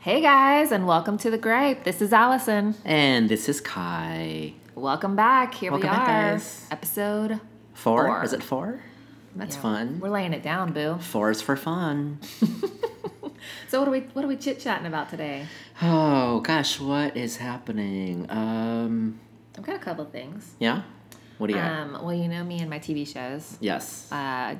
Hey guys, and welcome to The Gripe. This is Allison. And this is Kai. Welcome back. Here Welcome we back, are. guys. Episode. Four? Four. Is it four? That's Yeah, fun. We're laying it down, boo. Four is for fun. So what are we what are we chit chatting about today? Oh gosh, what is happening? Um, I've got a couple of things. yeah. What do you got? Um, well, you know me and my TV shows. Yes. Uh,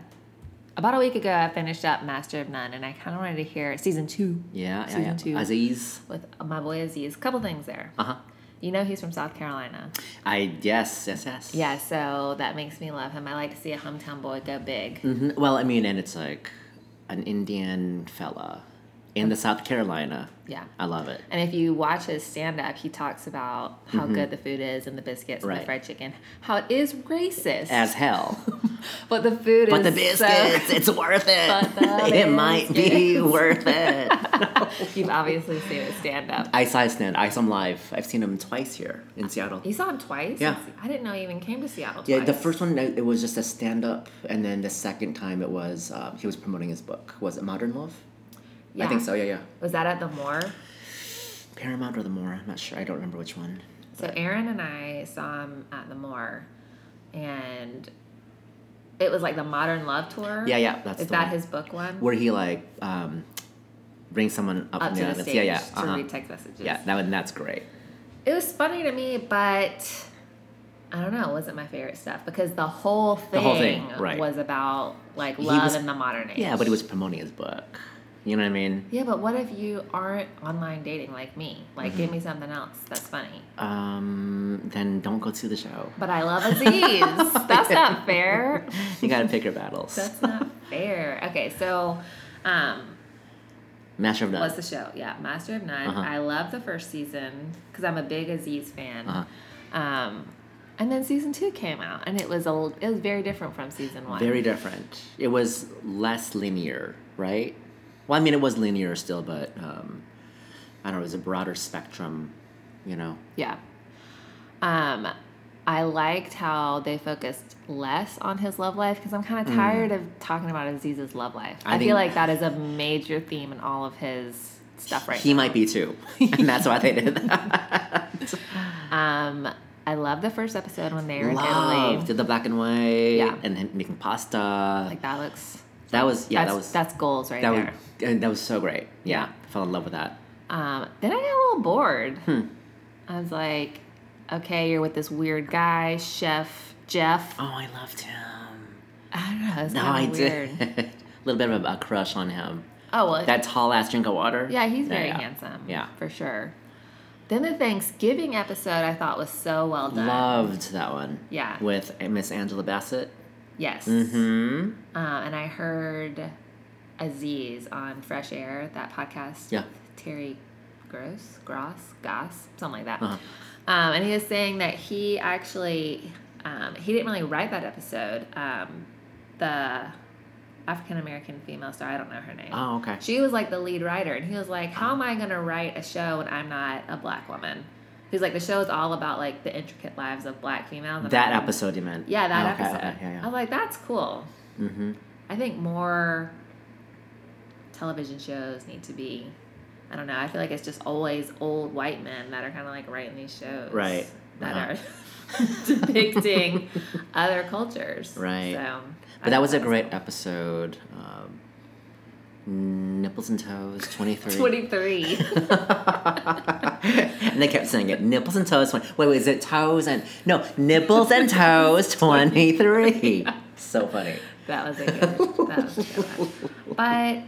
about a week ago, I finished up Master of None, and I kind of wanted to hear season two yeah. yeah, season yeah. two. Aziz. with my boy Aziz. A couple things there. Uh huh. You know he's from South Carolina. I yes yes yes. Yeah, so that makes me love him. I like to see a hometown boy go big. hmm Well, I mean, and it's like an Indian fella in the South Carolina. Yeah. I love it. And if you watch his stand up, he talks about how good the food is and the biscuits and the Mm-hmm. fried Right. chicken, how it is racist. As hell. but the food But is the so- biscuits, it's worth it. But the it might be biscuits. worth it. You've obviously seen his stand up. I saw Stan. I saw him live. I've seen him twice here in Seattle. You saw him twice? Yeah. I didn't know he even came to Seattle twice. Yeah, the first one it it was just a stand up, and then the second time it was um, he was promoting his book. Was it Modern Love? Yeah. I think so. Yeah, yeah. Was that at the Moore? Paramount or the More? I'm not sure. I don't remember which one. So Aaron and I saw him at the Moore, and it was like the Modern Love Tour. Yeah, yeah, that's Is the that one. his book one? Where he like um, brings someone up, Up in to the audience. stage Yeah, yeah, to uh-huh. read text messages. yeah. That one. That's great. It was funny to me, but I don't know. It wasn't my favorite stuff because the whole thing, whole thing, right. was about like He love was- in the modern age. Yeah, but he was promoting his book. You know what I mean? Yeah, but what if you aren't online dating like me? Like, Mm-hmm. give me something else that's funny. Um, then don't go to the show. But I love Aziz. that's not fair. You gotta pick your battles. That's not fair. Okay, so um, Master of None. what's the show? Yeah, Master of None. Uh-huh. I love the first season because I'm a big Aziz fan. Uh-huh. Um, and then season two came out, and it was a l- it was very different from season one. Very different. It was less linear, right? Well, I mean, it was linear still, but um, I don't know. It was a broader spectrum, you know. Yeah. Um, I liked how they focused less on his love life because I'm kind of tired of talking about Aziz's love life. I, Mm. I feel like think- that is a major theme in all of his stuff right he might be too, and that's why they did that. now. Um, I love the first episode when they were in Love Italy. did the black and white, Yeah. and him making pasta. Like that looks. that was yeah, that's, that was that's goals right that there. was and that was so great. Yeah, I fell in love with that. Um, then I got a little bored. Hmm. I was like, okay, you're with this weird guy, Chef Jeff. Oh, I loved him. I don't know. It's No, kinda I weird. did. a little bit of a, a crush on him. Oh well, That tall ass drink of water. Yeah, he's very yeah. handsome. Yeah. For sure. Then the Thanksgiving episode I thought was so well done. Loved that one. Yeah. With Miss Angela Bassett. Yes. Hmm. Uh, and I heard Aziz on Fresh Air, that podcast. Yeah. with Terry Gross, Gross, Goss, something like that. Uh-huh. Um, and he was saying that he actually, um, he didn't really write that episode. Um, the African American female star, I don't know her name. Oh, okay. She was like the lead writer, and he was like, "How am I gonna write a show when I'm not a black woman?" He's like, "The show is all about like the intricate lives of black females." And That I'm- episode you meant? Oh, Yeah, that Okay, episode. okay, yeah, I was like, "That's cool." yeah. hmm I think more television shows need to be. I don't know. I feel like it's just always old white men that are kind of like writing these shows, Right. That Uh-huh. are depicting other cultures, Right. So, I But that thought was a great cool. episode. Um, nipples and toes, twenty three. Twenty-three. and they kept saying it. Nipples and toes. 20. Wait, wait, is it toes and no? Nipples and toes, twenty three. so funny. That was a good. That was a good one. But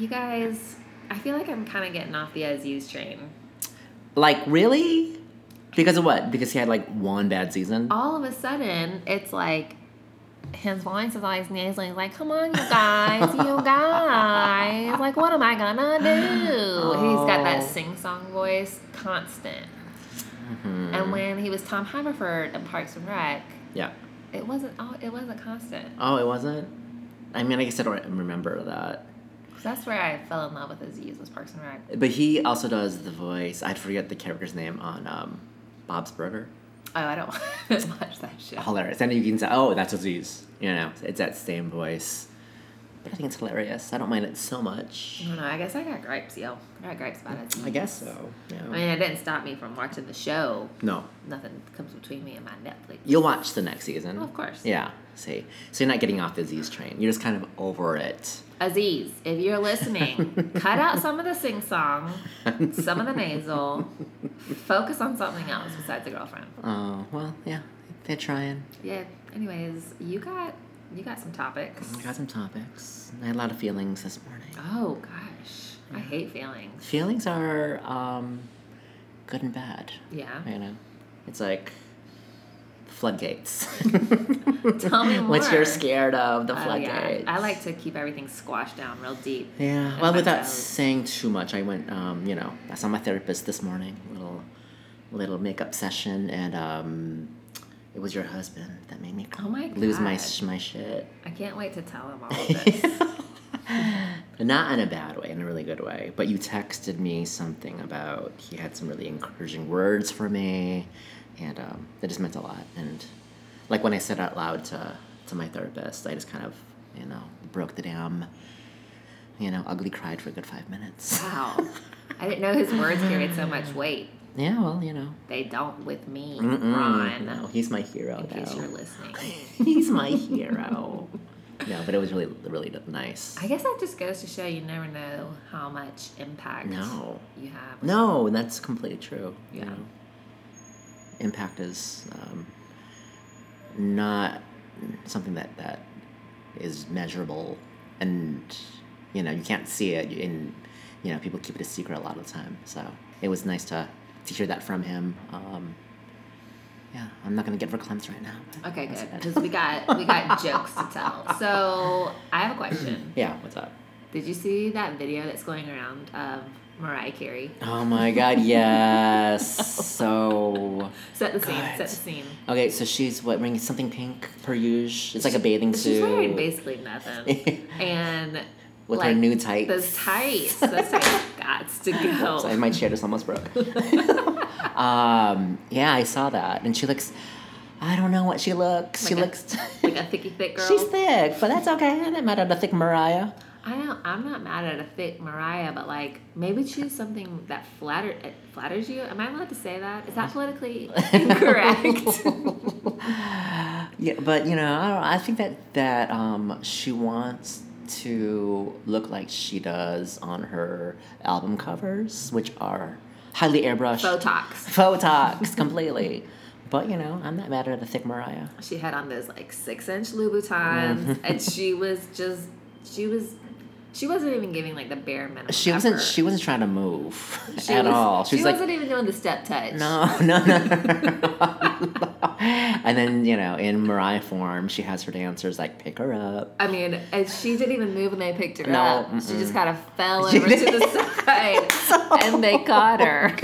you guys, I feel like I'm kind of getting off the Aziz train. Like really? Because of what? Because he had like one bad season. All of a sudden, it's like his voice is always nasally. He's like, "Come on, you guys, you guys! Like, what am I gonna do?" He's got that Oh. sing-song voice, constant. Mm-hmm. And when he was Tom Haverford in Parks and Rec, Yeah. it wasn't. all It wasn't constant. Oh, it wasn't. I mean, I guess I don't remember that. 'Cause that's where I fell in love with Aziz was Parks and Rec. Oh, But he also does the voice. I forget the character's name on um, Bob's Burger. Oh, I don't watch that show. Hilarious. And you can say, "Oh, that's Aziz." You know, it's that same voice. but I think it's hilarious. I don't mind it so much. I don't know. I guess I got gripes, yo. I got gripes about it. I guess so. Yeah. Mm. I mean, it didn't stop me from watching the show. no, Nothing comes between me and my Netflix. you'll watch the next season. Of course. Yeah. See, so you're not getting off the Z's train. You're just kind of over it. Aziz, if you're listening, cut out some of the sing song, some of the nasal, focus on something else besides a girlfriend. Oh well, yeah. They're trying. Yeah. Anyways, you got you got some topics. I got some topics. I had a lot of feelings this morning. Oh gosh, I hate feelings. Feelings are um, good and bad. Yeah. You know, it's like floodgates. Tell me What more. you're scared of, the Oh, yeah. floodgates. I like to keep everything squashed down real deep. I Yeah. Well, find without out. saying too much, I went. Um, you know, I saw my therapist this morning. Little, little makeup session, and um, it was your husband that made me Oh my lose my God. sh- my shit. I can't wait to tell him all of this. Not in a bad way, in a really good way. But you texted me something about he had some really encouraging words for me, and um, that just meant a lot. And like when I said out loud to to my therapist, I just kind of you know broke the damn you know ugly cried for a good five minutes. wow. I didn't know his words carried so much weight. Yeah, well, you know. They don't with me, Mm-mm. Ron. No, he's my hero. In case though. you're listening. he's my hero. No, but it was really, really nice. I guess that just goes to show you never know how much impact No. you have. No, and that's completely true. You Yeah. know, impact is um, not something that that is measurable, and you know you can't see it. And you know people keep it a secret a lot of the time. So it was nice to to hear that from him. Um, yeah, I'm not gonna get verklempt right now. but Okay, that's good. it. Because we got we got jokes to tell. So I have a question. Yeah, what's up? Did you see that video that's going around of Mariah Carey? Oh my god, yes. so Set the scene. Set Good. the scene. okay, so she's what wearing something pink per usual. It's like a bathing suit. She's wearing basically nothing, and with like, her new tights. those tights, those tights, gots to go. Oops, I- my chair just almost broke. um, yeah, I saw that, and she looks. I don't know what she looks. she Like a- looks. like a thicky thick girl. she's thick, but that's okay. I'm not mad at a thick Mariah. I don't. I'm not mad at a thick Mariah, but like maybe choose something that flatter it flatters you. Am I allowed to say that? Is that politically incorrect? Yeah, but you know, I, don't, I think that that um, she wants to look like she does on her album covers, which are highly airbrushed, Botox. Botox completely. But you know, I'm not mad at a thick Mariah. She had on those like six inch Louboutins, and she was just she was she wasn't even giving like the bare minimum. She wasn't. effort. She wasn't trying to move She at was- all. she She, was like, wasn't even doing the step touch. no, no, no. and then you know, in Mariah form, she has her dancers like pick her up. I mean, and she didn't even move when they picked her No, up. She just kind of fell She over to did. the side, and they caught Oh her.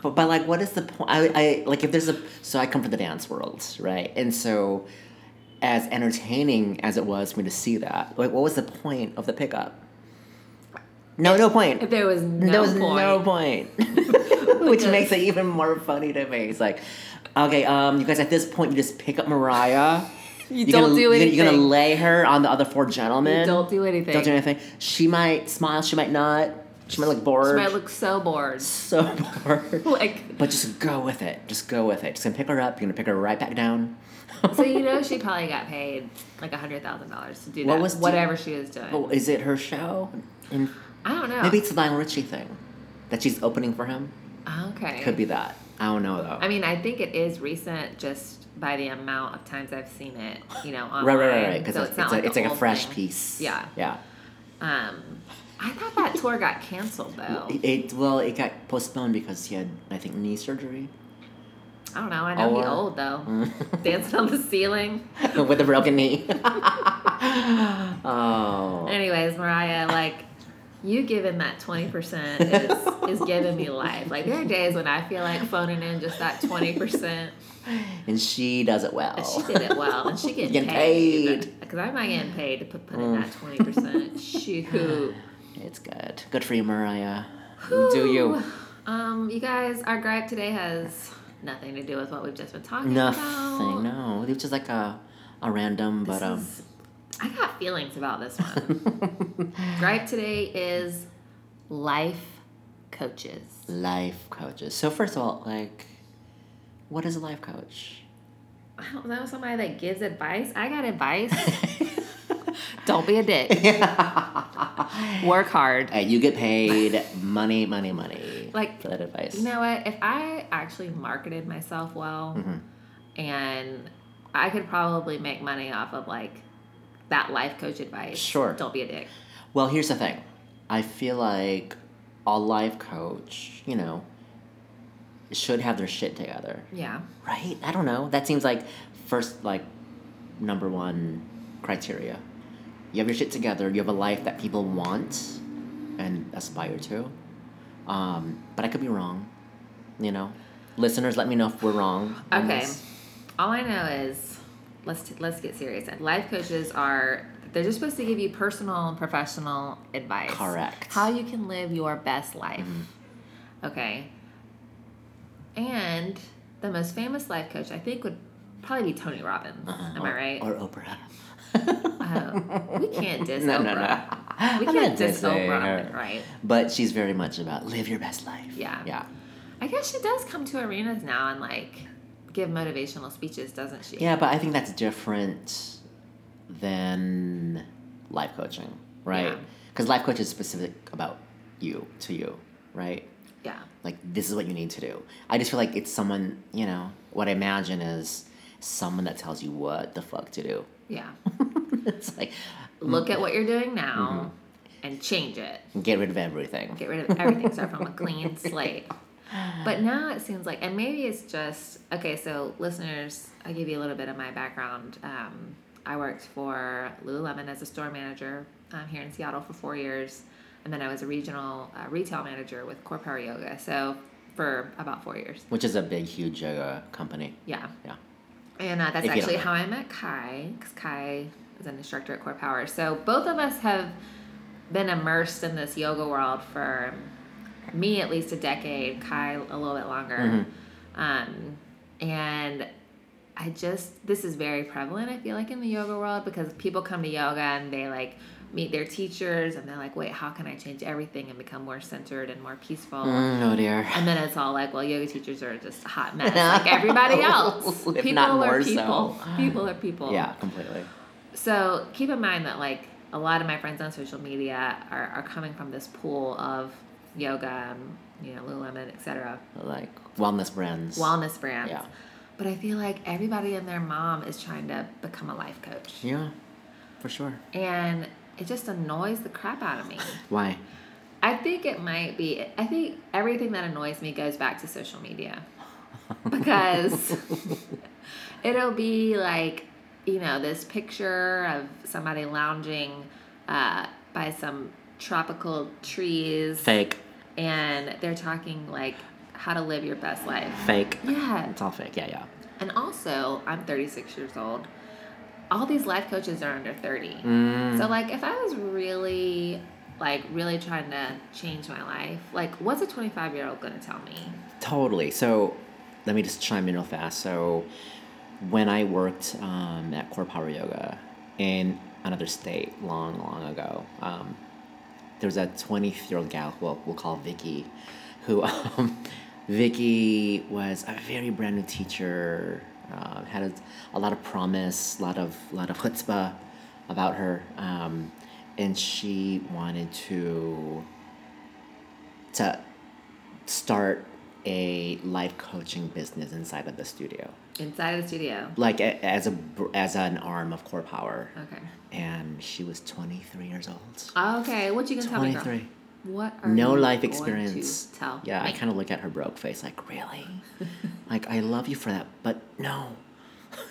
But, but like, what is the point? I, I like if there's a. So I come from the dance world, right? And so, as entertaining as it was for me to see that, like, what was the point of the pickup? No, no point. There was no there was point. no point, which Because- makes it even more funny to me. It's like, okay, um, you guys, at this point, you just pick up Mariah. You You're don't gonna, do anything. You're gonna lay her on the other four gentlemen. You don't do anything. Don't do anything. She might smile. She might not. She might look bored. She might look so bored. so bored. Like, But just go with it. Just go with it. Just gonna pick her up. You're gonna pick her right back down. so you know, she probably got paid like a hundred thousand dollars to do What that. was- whatever she was doing. Oh, is it her show? And I don't know. maybe it's the Lionel Richie thing that she's opening for him. Ah, okay. Could be that. I don't know though. I mean, I think it is recent, just by the amount of times I've seen it. You know, online. right, right, right, right. Because So it's, it's, it's, not a, like it's an like a old fresh thing. piece. Yeah. Yeah. Um, I thought that tour got canceled though. It, it- well, it got postponed because he had, I think, knee surgery I don't know. I know he's Or- old though. Dancing on the ceiling. with a broken knee. oh. Anyways, Mariah, like you giving that twenty percent is is giving me life. Like there are days when I feel like phoning in just that twenty percent. And she does it well. But she did it well, and she getting, Getting Mm. paid. Because I'm not getting paid to put, put in that twenty percent. Shoot. It's good. Good for you, Mariah. Do you? Whew. Um, you guys, our gripe today has nothing to do with what we've just been talking about. Nothing. No. It was just like a, a random, but This um, is I got feelings about this one. Gripe today is life coaches. life coaches. So first of all, like, what is a life coach? I don't know somebody that gives advice. I got advice. don't be a dick. Work hard. Hey, you get paid money, money, money. Like, for that advice. You know what? If I actually marketed myself well Mhm. and I could probably make money off of like that life coach advice. Sure. Don't be a dick. Well, here's the thing. I feel like a life coach, you know, should have their shit together, Yeah. right? I don't know. That seems like first, like, number one criteria. You have your shit together. You have a life that people want and aspire to. Um, but I could be wrong. You know, listeners, let me know if we're wrong. on Okay. this. All I know is let's t- let's get serious. Life coaches are they're just supposed to give you personal and professional advice. Correct. How you can live your best life. Mm-hmm. Okay. And the most famous life coach I think would probably be Tony Robbins. Uh, Am or, I right? Or Oprah. Oh, we can't diss No, Oprah. no, no. We I'm can't not diss dissing Oprah, her. right? But she's very much about live your best life. Yeah. Yeah. I guess she does come to arenas now and like give motivational speeches, doesn't she? Yeah, but I think that's different than life coaching, right? Yeah. Because life coach is specific about you, to you, right? Yeah. Like, this is what you need to do. I just feel like it's someone, you know, what I imagine is someone that tells you what the fuck to do. Yeah. it's like, Look at what you're doing now Mm-hmm. and change it. get rid of everything. Get rid of everything. Start from a clean slate. But now it seems like, and maybe it's just okay. So, listeners, I'll give you a little bit of my background. Um, I worked for Lululemon as a store manager um, here in Seattle for four years, and then I was a regional uh, retail manager with Core Power Yoga. So, for about four years. Which is a big, huge yoga company. Yeah. Yeah. And uh, that's If you don't actually know. how I met Kai, because Kai is an instructor at Core Power. So both of us have been immersed in this yoga world for me at least a decade, Kai a little bit longer. Mm-hmm. Um, and I just, this is very prevalent, I feel like, in the yoga world because people come to yoga and they like meet their teachers and they're like, wait, how can I change everything and become more centered and more peaceful? Mm, oh, dear. And then it's all like, well, yoga teachers are just a hot mess, like everybody else. If people not are more so. people. People are people. Yeah, completely. So keep in mind that like a lot of my friends on social media are, are coming from this pool of yoga, um, you know, Lululemon, etc., Like, wellness brands. wellness brands. Yeah. But I feel like everybody and their mom is trying to become a life coach, Yeah, for sure. and it just annoys the crap out of me. Why? I think it might be. I think everything that annoys me goes back to social media because it'll be like, you know, this picture of somebody lounging uh, by some tropical trees Fake. and they're talking like how to live your best life. Fake. Yeah. It's all fake. Yeah, yeah. And also, I'm 36 years old. All these life coaches are under 30. Mm, So like if I was really like really trying to change my life, like what's a 25 year old gonna tell me? totally. So, let me just chime in real fast. So, when I worked um, at Core Power Yoga in another state long, long ago, um, there was a 20 year old gal, well, we'll call Vicky, who, um, Vicky was a very brand new teacher, uh, had a, a lot of promise, a lot of, lot of chutzpah about her. Um, and she wanted to, to start a life coaching business inside of the studio Inside of the studio. like a, as a br- as an arm of core power Okay. and she was 23 years old Okay, what you gonna tell me? girl? 23 What are no you life going experience To tell. yeah me? i kind of look at her broke face like really like i love you for that but no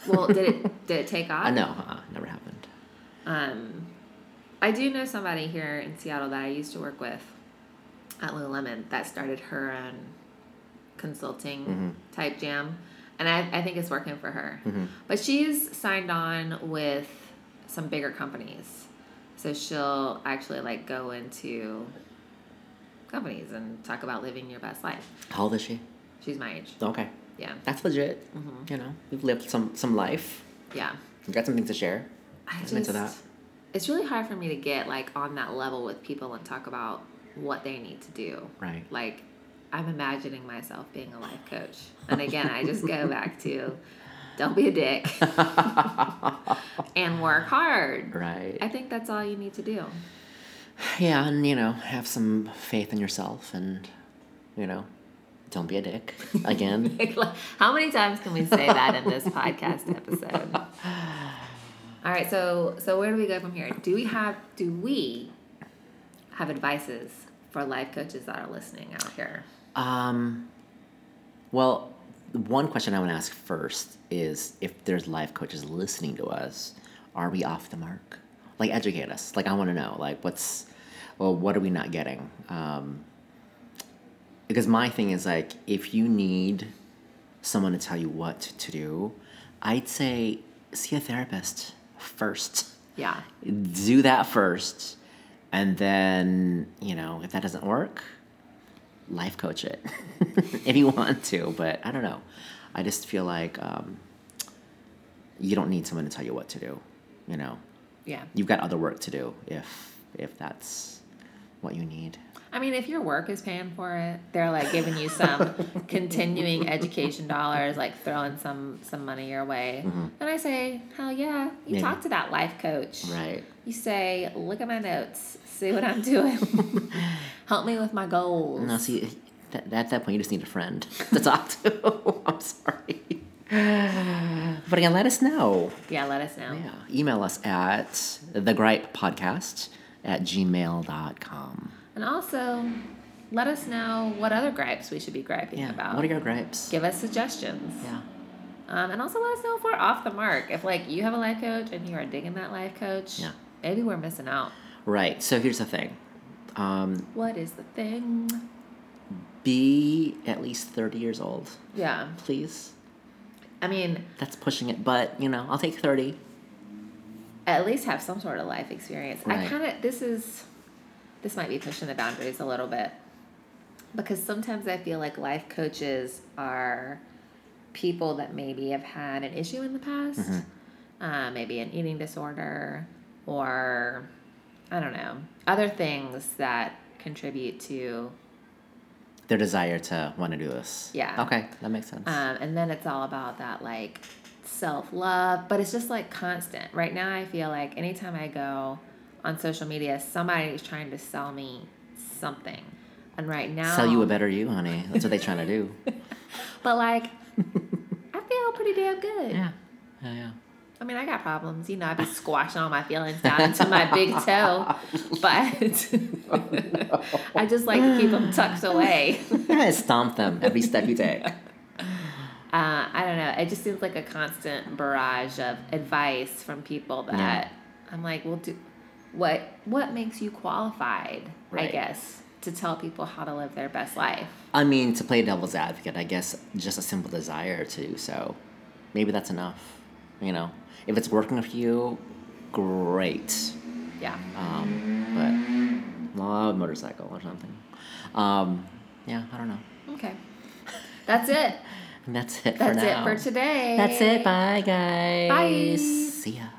well, did it did it take off? i know uh-uh, never happened Um, I do know somebody here in Seattle that I used to work with at Lululemon that started her own consulting type jam, and I, I think it's working for her. But she's signed on with some bigger companies, so she'll actually like go into companies and talk about living your best life. how old is she She's my age. okay Yeah, that's legit Mm-hmm. you know you've lived some some life yeah. you got some things to share I I'm just into that. it's really hard for me to get like on that level with people and talk about what they need to do. Right. Like I'm imagining myself being a life coach. And again, I just go back to don't be a dick and work hard. right. I think that's all you need to do. Yeah, and you know, have some faith in yourself and you know, don't be a dick again. How many times can we say that in this podcast episode? All right, so so where do we go from here? Do we have do we have advices for life coaches that are listening out here? um well, one question I want to ask first is if there's life coaches listening to us, are we off the mark? Like educate us. Like I want to know like what's well, what are we not getting? Um because my thing is like if you need someone to tell you what to do, I'd say see a therapist first. Yeah. do that first and then you know if that doesn't work life coach it if you want to but i don't know i just feel like um, you don't need someone to tell you what to do you know Yeah. you've got other work to do if if that's what you need I mean, if your work is paying for it, they're like giving you some continuing education dollars, like throwing some some money your way. And I say, hell yeah! You Yeah. talk to that life coach. right You say, look at my notes, see what I'm doing, help me with my goals. no see that, at that point you just need a friend to talk to i'm sorry but again let us know Yeah, let us know. Yeah. Email us at thegripepodcast at gmail.com. And also, let us know what other gripes we should be griping Yeah. about. What are your gripes? Give us suggestions. Yeah. Um, and also let us know if we're off the mark. If like you have a life coach and you are digging that life coach, Yeah. maybe we're missing out. Right. So here's the thing um, What is the thing? be at least 30 years old, Yeah. please. I mean, That's pushing it, but you know, I'll take 30. at least have some sort of life experience. I Right. kind of this is this might be pushing the boundaries a little bit because sometimes I feel like life coaches are people that maybe have had an issue in the past, uh, maybe an eating disorder or I don't know other things that contribute to Their desire to want to do this. Yeah. Okay. That makes sense. Um, and then it's all about that like self love, but it's just like constant. Right now, I feel like anytime I go on social media, somebody's trying to sell me something. And right now, Sell you a better you, honey. That's what they're trying to do. But like, I feel pretty damn good. Yeah. Yeah. I mean, I got problems. You know, I be squashing all my feelings down into my big toe, but I just like to keep them tucked away. yeah. Stomp them every step you take. uh, I don't know. It just seems like a constant barrage of advice from people that Yeah. I'm like, well, do what? What makes you qualified? I Right. guess to tell people how to live their best life. I mean, to play devil's advocate, I guess just a simple desire to do so. Maybe that's enough. You know, if it's working for you, great. Yeah, Um, but love motorcycle or something. Um, yeah, I don't know. okay, that's it. And that's it That's for now. it for today. That's it. Bye, guys. Bye. See ya.